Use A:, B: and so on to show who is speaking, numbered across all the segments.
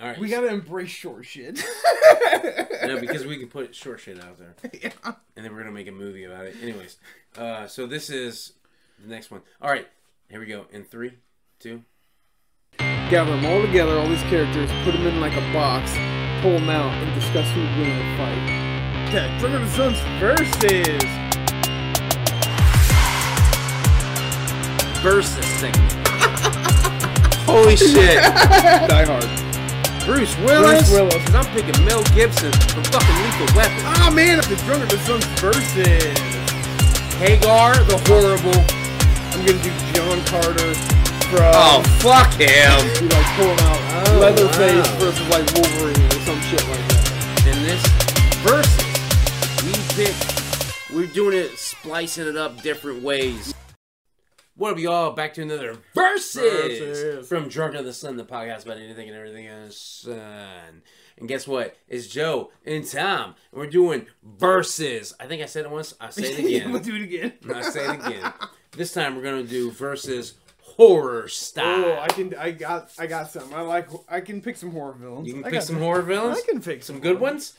A: All right.
B: We gotta embrace short shit.
A: no, because we can put short shit out there,
B: Yeah.
A: and then we're gonna make a movie about it. Anyways, uh, so this is the next one. All right, here we go. In three, two.
B: Gather them all together, all these characters, put them in like a box, pull them out, and discuss who's winning the fight. Okay, Trigger the Suns versus.
A: Versus segment. Holy shit,
B: Die Hard.
A: Bruce Willis.
B: Bruce Willis.
A: 'Cause I'm picking Mel Gibson from fucking Lethal Weapon.
B: Ah man, the Drunker the Suns versus.
A: Hagar, the horrible.
B: I'm gonna do John Carter from.
A: Oh fuck him.
B: You know, pull him out.
A: Oh,
B: Leatherface
A: wow.
B: versus like Wolverine or some shit like that.
A: in this versus we picked we're doing it splicing it up different ways what up y'all back to another versus,
B: Versus.
A: from drunk of the sun the podcast about anything and everything under the sun and guess what it's joe and tom and we're doing versus i think i said it once i say it
B: we'll
A: again
B: do it again.
A: i say it again this time we're gonna do versus horror style
B: Oh, I can. I got. I got some. I like. I can pick some horror villains.
A: you can
B: I
A: pick
B: got
A: some
B: this.
A: horror villains
B: I can pick some
A: some good ones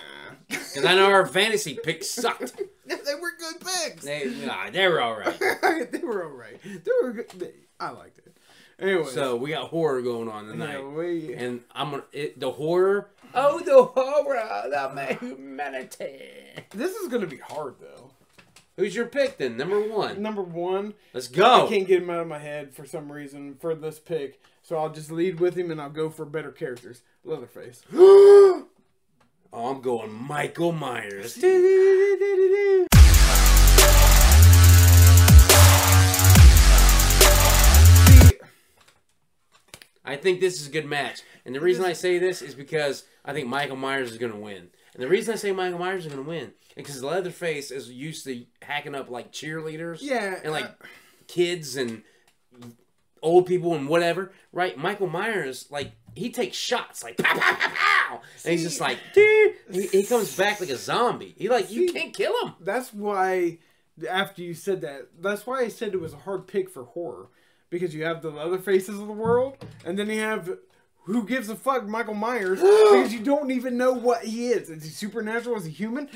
A: because i know our fantasy picks sucked
B: they were good picks.
A: They, nah, they were all right.
B: they were all right. They were good. They, I liked it. Anyway,
A: So we got horror going on tonight,
B: yeah, we,
A: and I'm gonna it, the horror. Oh, the horror, the humanity.
B: this is gonna be hard though.
A: Who's your pick then? Number one.
B: Number one,
A: Let's go.
B: I can't get him out of my head for some reason for this pick, so I'll just lead with him and I'll go for better characters. Leatherface.
A: oh, I'm going Michael Myers. I think this is a good match, and the reason I say this is because I think Michael Myers is gonna win. And the reason I say Michael Myers is gonna win is because Leatherface is used to hacking up like cheerleaders.
B: Yeah,
A: and like
B: uh,
A: kids and old people and whatever, right? Michael Myers, like he takes shots, like pow, pow, pow, pow. and he's
B: See-
A: just like, dude, he, he comes back like a zombie. He like you
B: See-
A: can't kill him.
B: That's why, after you said that, that's why I said it was a hard pick for horror. Because you have the leather faces of the world, and then you have who gives a fuck Michael Myers, because you don't even know what he is. Is he supernatural? Is he human?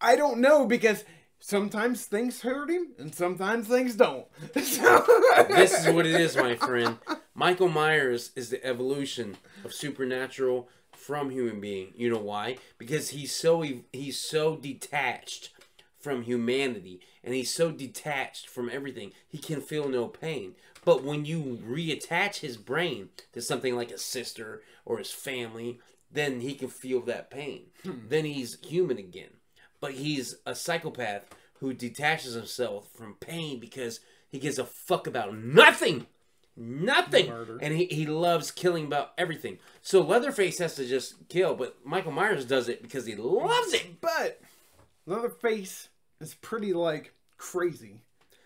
B: I don't know, because sometimes things hurt him, and sometimes things don't. So-
A: This is what it is, my friend. Michael Myers is the evolution of supernatural from human being. You know why? Because he's so e, he's so detached from humanity and he's so detached from everything. He can feel no pain. But when you reattach his brain to something like his sister or his family, then he can feel that pain. Then he's human again. But he's a psychopath who detaches himself from pain because he gives a fuck about nothing. Nothing.
B: Murder.
A: And he, he loves killing about everything. So Leatherface has to just kill, but Michael Myers does it because he loves it.
B: but Leatherface is pretty, like, crazy.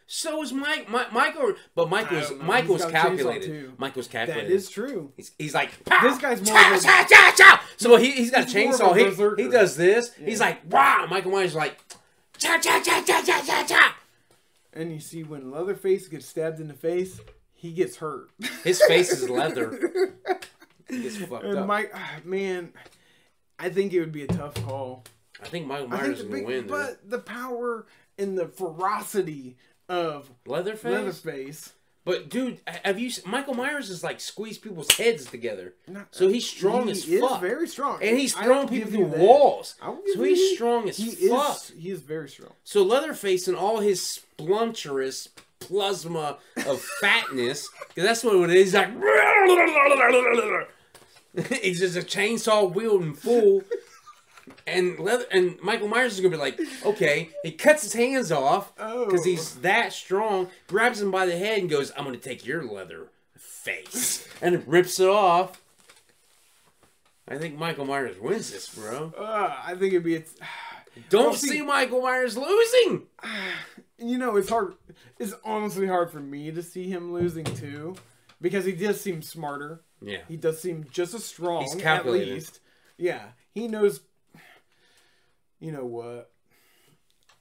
A: So is Mike. Mi- Michael, but Michael's
B: don't know.
A: Michael's
B: He's got a chainsaw,
A: calculated.
B: too.
A: Michael's
B: That
A: calculated.
B: is true.
A: He's, he's like pow,
B: This guy's more
A: chow,
B: of a-
A: chow, chow, chow. So he he's got a
B: he's more of a
A: chainsaw. He,
B: berserker.
A: he does this. He's like wow. Michael Myers is like chow, chow, chow, chow, chow, chow, chow.
B: And you see, when Leatherface gets stabbed in the face, he gets hurt.
A: His face is leather. He gets fucked
B: And
A: up.
B: Mike, ah, man, I think it would be a tough call.
A: I think Michael
B: I think
A: Myers
B: the
A: is gonna
B: big,
A: win. Dude.
B: but the power and the ferocity of
A: Leatherface.
B: Leatherface.
A: But dude, have you? s- Michael Myers is like squeeze people's heads together.
B: Not-
A: So he's strong
B: he
A: as
B: is
A: fuck.
B: very strong,
A: and he's
B: I
A: throwing
B: will
A: people
B: give
A: through
B: you that.
A: walls.
B: I will give
A: So
B: you
A: he's
B: that.
A: strong as
B: He
A: fuck.
B: is. He is very strong.
A: So Leatherface and all his spluncherous plasma of fatness, because that's what it is. He's like, he's just a chainsaw wielding fool. And leather and Michael Myers is gonna be like, okay, he cuts his hands off
B: Oh.
A: because he's that strong. Grabs him by the head and goes, "I'm gonna take your leather face," and rips it off. I think Michael Myers wins this, bro.
B: Uh, I think it'd be. It's,
A: Don't
B: Well, see-
A: see Michael Myers losing.
B: you know, it's hard. It's honestly hard for me to see him losing too, because he does seem smarter.
A: Yeah.
B: He does seem just as strong.
A: He's
B: at
A: calculated.
B: least. Yeah, he knows. You know what?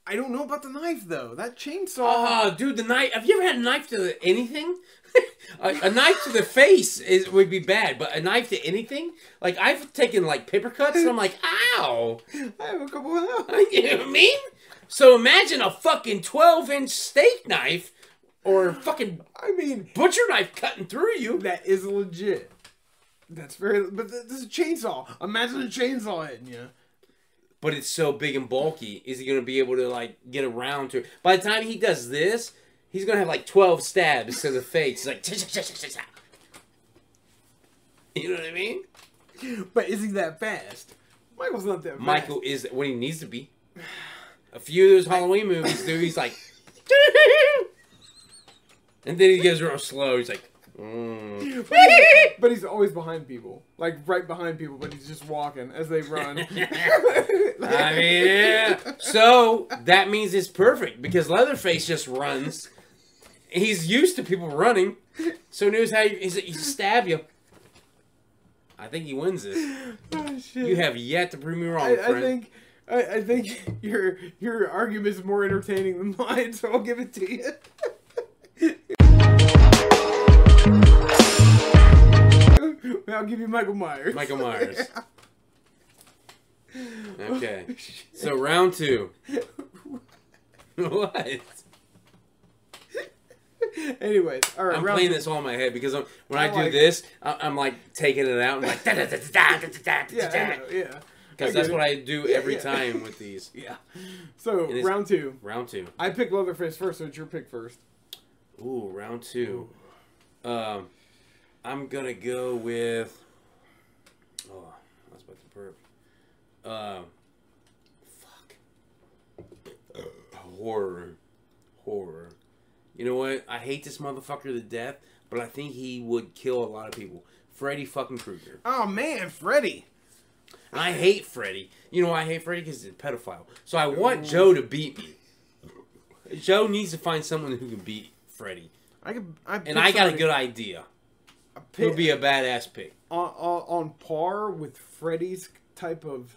B: I
A: Uh-huh.
B: don't know about the knife though. That chainsaw.
A: Oh, dude, the knife. Have you ever had a knife to anything? A, a knife to the face is would be bad, but a knife to anything? Like I've taken like paper cuts and I'm like, ow.
B: I have a couple of those.
A: You know what I mean? So imagine a fucking 12 inch steak knife or a fucking
B: I mean,
A: butcher knife cutting through you.
B: that is legit. That's very. But th- this is a chainsaw. Imagine a chainsaw hitting you.
A: But it's so big and bulky. Is he going to be able to like get around to it? By the time he does this, he's going to have like 12 stabs to the face. He's like, you know what I mean?
B: But is he that fast? Michael's not that fast.
A: Michael is what he needs to be. A few of those Halloween movies, dude, he's like, and then he goes real slow. He's like, mm.
B: But he's- but he's always behind people, like right behind people. But he's just walking as they run.
A: I mean, yeah. so that means it's perfect because Leatherface just runs. He's used to people running, so knows how you, he's, he stab you. I think he wins this.
B: Oh, shit.
A: You have yet to prove me wrong,
B: I,
A: friend.
B: I think I, I think your your argument is more entertaining than mine, so I'll give it to you. I'll give you Michael Myers.
A: Michael Myers. Okay.
B: Shit.
A: So round two. what?
B: Anyways, all right.
A: I'm
B: round
A: playing
B: two.
A: this all in my head because I'm, when
B: I
A: I, do
B: like-
A: this, I, I'm like taking it out and like because
B: Yeah, I know, yeah. I
A: that's
B: get
A: what
B: it.
A: I do every
B: yeah.
A: time with these.
B: Yeah. So
A: is-
B: round two.
A: Round two.
B: I picked Leatherface first, so it's your pick first.
A: Ooh, round two. Um, I'm gonna go with. Oh, I was about to burp. Um, fuck. horror, horror. You know what? I hate this motherfucker to death, but I think he would kill a lot of people. Freddy fucking Krueger.
B: Oh man, Freddy.
A: And I hate Freddy. You know why I hate Freddy? Because he's a pedophile. So I
B: Mm.
A: want Joe to beat me. Joe needs to find someone who can beat Freddy.
B: I could. I
A: And I got a good idea.
B: pick,
A: He'll be a badass pick.
B: on, on on par with Freddy's type of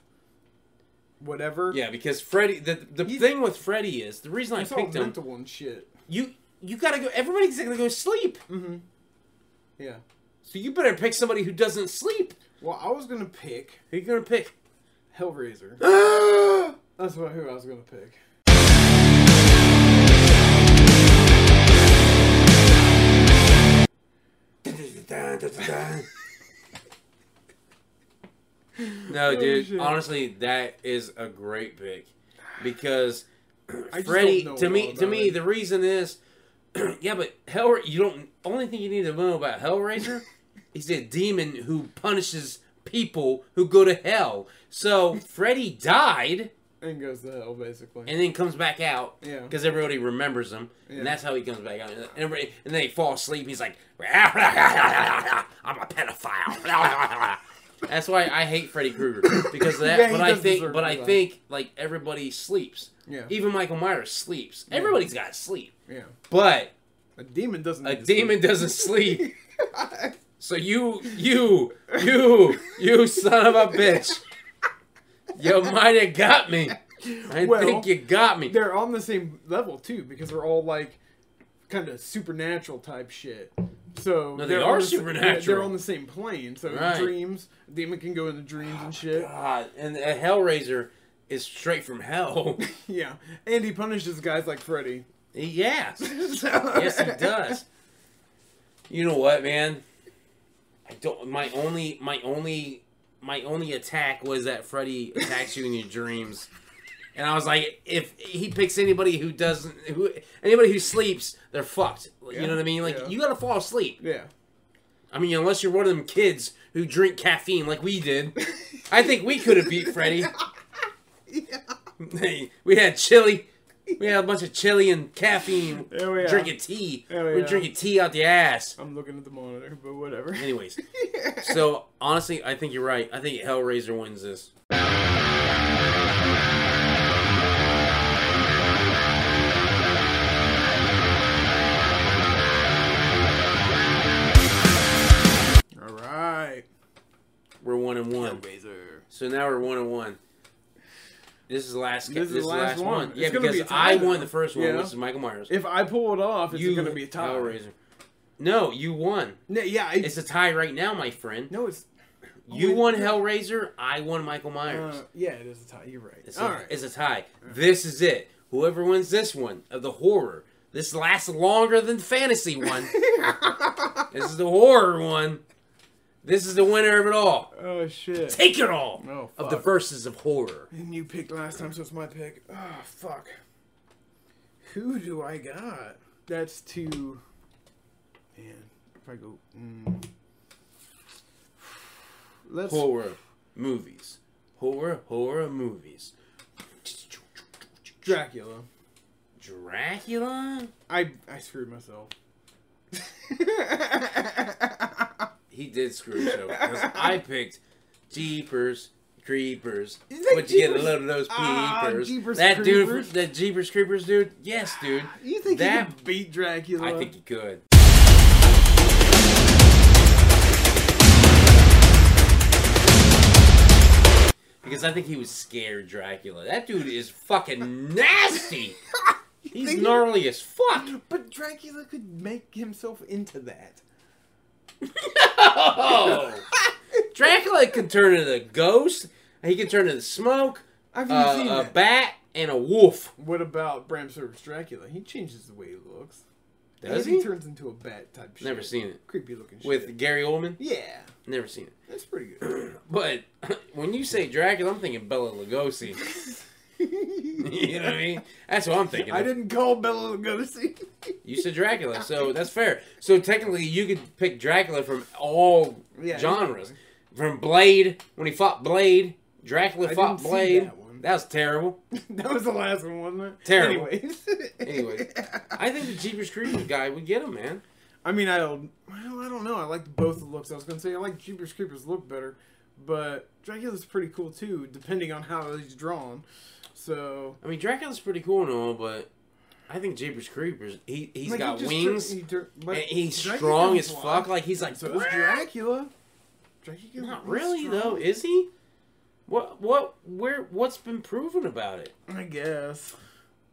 B: whatever.
A: Yeah, because Freddy. The the
B: He's-
A: thing with Freddy is the reason I
B: it's all
A: picked him.
B: mental and shit.
A: You you gotta go. Everybody's gonna go sleep.
B: Mm. Yeah.
A: So you better pick somebody who doesn't sleep.
B: Well, I was gonna pick
A: Who you gonna pick?
B: Hellraiser. That's what who I was gonna pick.
A: no, dude.
B: shit.
A: honestly, that is a great pick because
B: I just
A: Freddy.
B: don't know
A: To me,
B: all
A: to
B: about
A: me,
B: it.
A: the reason is, yeah, but Hell. You don't. Only thing you need to know about Hellraiser, he's a demon who punishes people who go to hell. So Freddy died
B: and goes to hell basically.
A: and then comes back out.
B: Yeah.
A: Because everybody remembers him,
B: Yeah.
A: and that's how he comes back out. And everybody, and then he falls asleep. He's like, "I'm a pedophile." that's why I hate Freddy Krueger because of that.
B: Yeah, he
A: but I
B: does
A: think,
B: deserve
A: but
B: to
A: I
B: die.
A: think like everybody sleeps.
B: Yeah.
A: Even Michael Myers sleeps. Everybody's got sleep,
B: yeah.
A: but
B: A demon doesn't.
A: a
B: need to sleep.
A: demon doesn't sleep. So you, you, you, you son of a bitch. You might have got me. I
B: Well,
A: think you got me.
B: They're on the same level too because they're all like kind of supernatural type shit. So
A: No, they
B: they're
A: are
B: on the sa- yeah,
A: supernatural.
B: they're on the same plane. So
A: Right.
B: dreams, a demon can go into dreams and shit.
A: God, and a Hellraiser is straight from hell.
B: Yeah, and he punishes guys like Freddy.
A: yeah, yes,
B: yes,
A: he does. You know what, man? I don't. My only, my only, my only attack was that Freddy attacks you in your dreams, and I was like, if he picks anybody who doesn't, who anybody who sleeps, they're fucked. you know what I mean? Like
B: yeah.
A: you gotta fall asleep.
B: Yeah.
A: I mean, unless you're one of them kids who drink caffeine like we did. I think we could have beat Freddy.
B: yeah.
A: Hey, we had chili. We had a bunch of chili and caffeine.
B: Yeah, we are.
A: drinking tea.
B: Yeah, we
A: we are
B: are. Oh.
A: drinking tea out the ass.
B: I'm looking at the monitor, but whatever.
A: Anyways, so honestly, I think you're right. I think Hellraiser wins this.
B: All right.
A: We're one and one.
B: Razor.
A: So now we're one and one. This is the last. This,
B: This is
A: is the last one. Yeah,
B: It's gonna
A: because
B: be a tie
A: I
B: though.
A: won the first one,
B: Yeah.
A: which is Michael Myers.
B: If I pull it off, it's going to be a tie.
A: Hellraiser. No, you won.
B: No, yeah, it's,
A: It's a tie right now, my friend.
B: no, it's
A: You
B: wait.
A: won Hellraiser. I won Michael Myers.
B: uh, yeah, it is a tie. You're right.
A: It's a,
B: All right,
A: it's a tie. This is it. Whoever wins this one of the horror, this lasts longer than the fantasy one. this is the horror one. This is the winner of it all.
B: oh shit.
A: Take it all
B: Oh,
A: of the
B: fuck.
A: verses of horror.
B: And you picked last time, so it's my pick. Oh, fuck. Who do I got? That's too. Man, if I go. Mm. Let's.
A: Horror movies. Horror horror movies.
B: Dracula.
A: Dracula.
B: I, I screwed myself.
A: He did screw us over because I picked Jeepers Creepers.
B: You think
A: But you get a
B: Jeepers-
A: load of those
B: Ah,
A: peepers.
B: Jeepers
A: that dude,
B: Creepers. Ah,
A: fr- that Jeepers Creepers dude. Yes, dude.
B: you think
A: that?
B: that, you beat Dracula?
A: I think he could. Because I think he was scared Dracula. That dude is fucking nasty. He's
B: think-
A: gnarly as fuck.
B: But Dracula could make himself into that.
A: Oh. Dracula can turn into a ghost. He can turn into smoke,
B: I've
A: uh,
B: seen
A: a
B: that.
A: bat, and a wolf.
B: What about Bram Stoker's Dracula? He changes the way he looks.
A: Does
B: he?
A: he?
B: turns into a bat type shit.
A: Never seen it.
B: Creepy looking shit.
A: With Gary Oldman?
B: Yeah,
A: Never seen it.
B: that's pretty good.
A: But when you say Dracula, I'm thinking Bella Lugosi. you know what I mean? That's what I'm thinking.
B: I
A: of.
B: didn't call Bella Lugosi.
A: You said Dracula, so that's fair. So technically, you could pick Dracula from all
B: Yeah,
A: genres. From Blade, when he fought Blade, Dracula
B: I
A: fought
B: didn't see
A: Blade.
B: that one.
A: was terrible.
B: that was the last one, wasn't it?
A: Terrible.
B: Anyways.
A: Anyways. I think the Jeepers Creepers guy would get him, man.
B: I mean, I don't. Well, I don't know. I liked both the looks. I was gonna say I like Jeepers Creepers look better, but Dracula's pretty cool too, depending on how he's drawn. So
A: I mean, Dracula's pretty cool and all, but I think Jeepers Creepers. He he's
B: Like, he
A: got
B: just tur-
A: wings.
B: he tur- but
A: and he's
B: Dracula
A: strong
B: can
A: as
B: fly.
A: fuck. Like he's like.
B: So is Dracula. Dracula. can
A: Not
B: be
A: really
B: strong.
A: though, is he? What what where what's been proven about it?
B: I guess.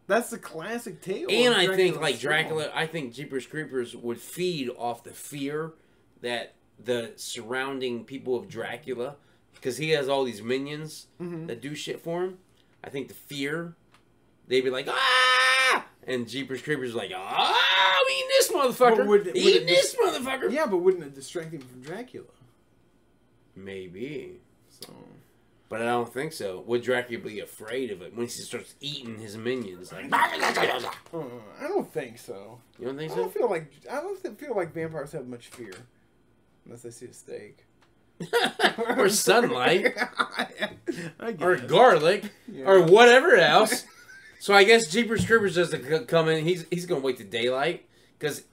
B: That's the classic tale.
A: and
B: of
A: I think
B: Dracula's
A: like
B: strong.
A: Dracula, I think Jeepers Creepers would feed off the fear that the surrounding people of Dracula, because he has all these minions
B: Mm-hmm.
A: that do shit for him. I think the fear, they'd be like ah, and Jeepers Creepers are like ah, I'm eating this motherfucker,
B: But would it- would
A: eating
B: it
A: this
B: just-
A: motherfucker.
B: Yeah, but wouldn't it distract him from Dracula?
A: Maybe,
B: So
A: but I don't think so. Would Dracula be afraid of it when he starts eating his minions? Like
B: uh, I don't think so.
A: you don't think
B: I
A: so?
B: don't feel like I don't feel like vampires have much fear, unless they see a steak
A: or sunlight.
B: I guess.
A: or garlic
B: Yeah.
A: or whatever else. so I guess Jeepers Creepers doesn't c- come in. He's he's gonna wait to daylight because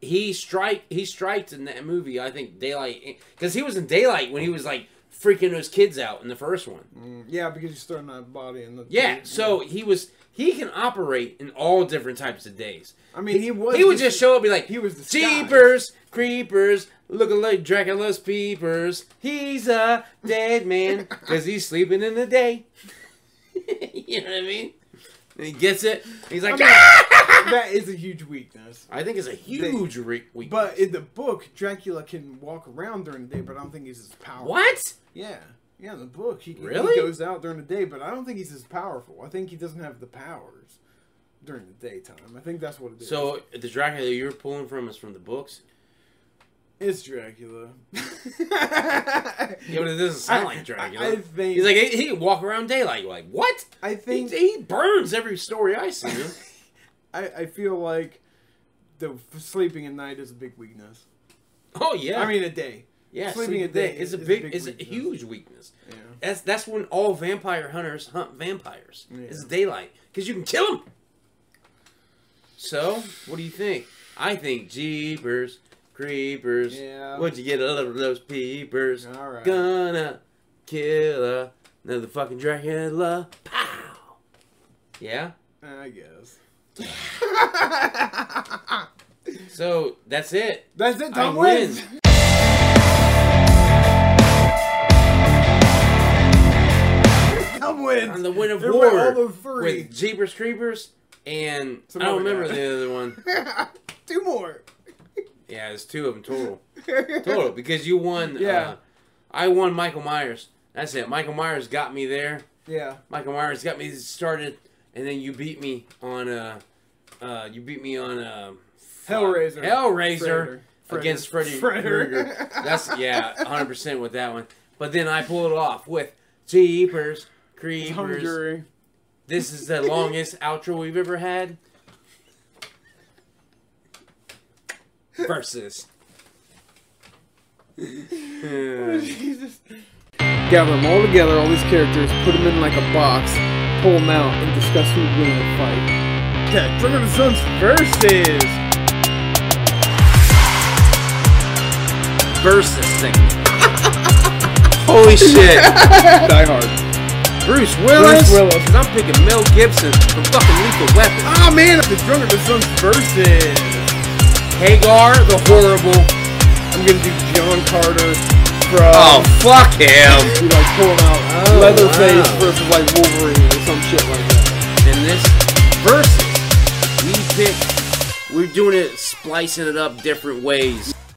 A: he strike he striked in that movie. I think daylight because he was in daylight when he was like freaking those kids out in the first one.
B: Mm, yeah, because you're starting that body and the
A: Yeah, so he was he can operate in all different types of days.
B: I mean he was
A: He would just show up and be like,
B: he was disguised.
A: Jeepers Creepers. Look like Dracula's peepers. He's a dead man because he's sleeping in the day. you know what I mean? And he gets it. He's like,
B: I mean,
A: "Ah!"
B: that is a huge weakness.
A: I think it's a huge re- weakness.
B: But in the book, Dracula can walk around during the day, but I don't think he's as powerful.
A: what?
B: Yeah, yeah. In the book, he, he
A: Really?
B: goes out during the day, but I don't think he's as powerful. I think he doesn't have the powers during the daytime. I think that's what it is.
A: So the Dracula you're pulling from is from the books.
B: It's Dracula.
A: Yeah, but it doesn't sound like Dracula.
B: I, I think.
A: he's like he, he can walk around daylight. You're like what?
B: I
A: He,
B: think.
A: he burns every story I see. him.
B: I, I feel like the f- sleeping at night is a big weakness.
A: oh yeah.
B: I mean, a day.
A: yeah.
B: sleeping
A: sleeping
B: a day
A: is a
B: is a
A: big
B: big
A: is a
B: weakness.
A: huge weakness.
B: Yeah.
A: That's that's when all vampire hunters hunt vampires.
B: Yeah.
A: It's daylight because you can kill them. So, what do you think? I think jeepers, creepers.
B: Yeah.
A: Would you get a little of those peepers?
B: All right.
A: Gonna kill a, another fucking Dracula. Pow. Yeah.
B: I guess.
A: So that's it.
B: That's it. Tom
A: I
B: wins.
A: win.
B: Tom wins.
A: I'm the win of
B: There were
A: war
B: all those three.
A: with jeepers, creepers, and
B: Some
A: I don't
B: other
A: remember
B: guy.
A: the other one.
B: Two more.
A: Yeah, there's two of them total. total because you won.
B: Yeah.
A: Uh, I won Michael Myers. That's it. Michael Myers got me there.
B: Yeah.
A: Michael Myers got me started, and then you beat me on uh, uh you beat me on uh, fuck,
B: Hellraiser.
A: Hellraiser
B: Fredder.
A: against Freddy
B: Fredder.
A: Krueger. That's yeah, 100 percent with that one. But then I pulled it off with Jeepers
B: Hung
A: Creepers.
B: jury.
A: This is the longest outro we've ever had. Versus. Uh,
B: Jesus. Gather them all together, all these characters, put them in like a box, pull them out, and discuss who's winning the fight. Yeah, Drunk of the Suns versus.
A: versus segment. Holy shit.
B: Die Hard.
A: Bruce Willis.
B: Bruce Willis.
A: 'Cause I'm picking Mel Gibson from fucking Lethal Weapon.
B: Ah man, the Drunk of the Suns versus.
A: Hagar the Horrible.
B: I'm gonna do John Carter from.
A: Oh, fuck him.
B: You like pull him out.
A: Oh,
B: Leatherface
A: wow.
B: versus like Wolverine or some shit like that.
A: And this versus, we pick. We're doing it, splicing it up different ways.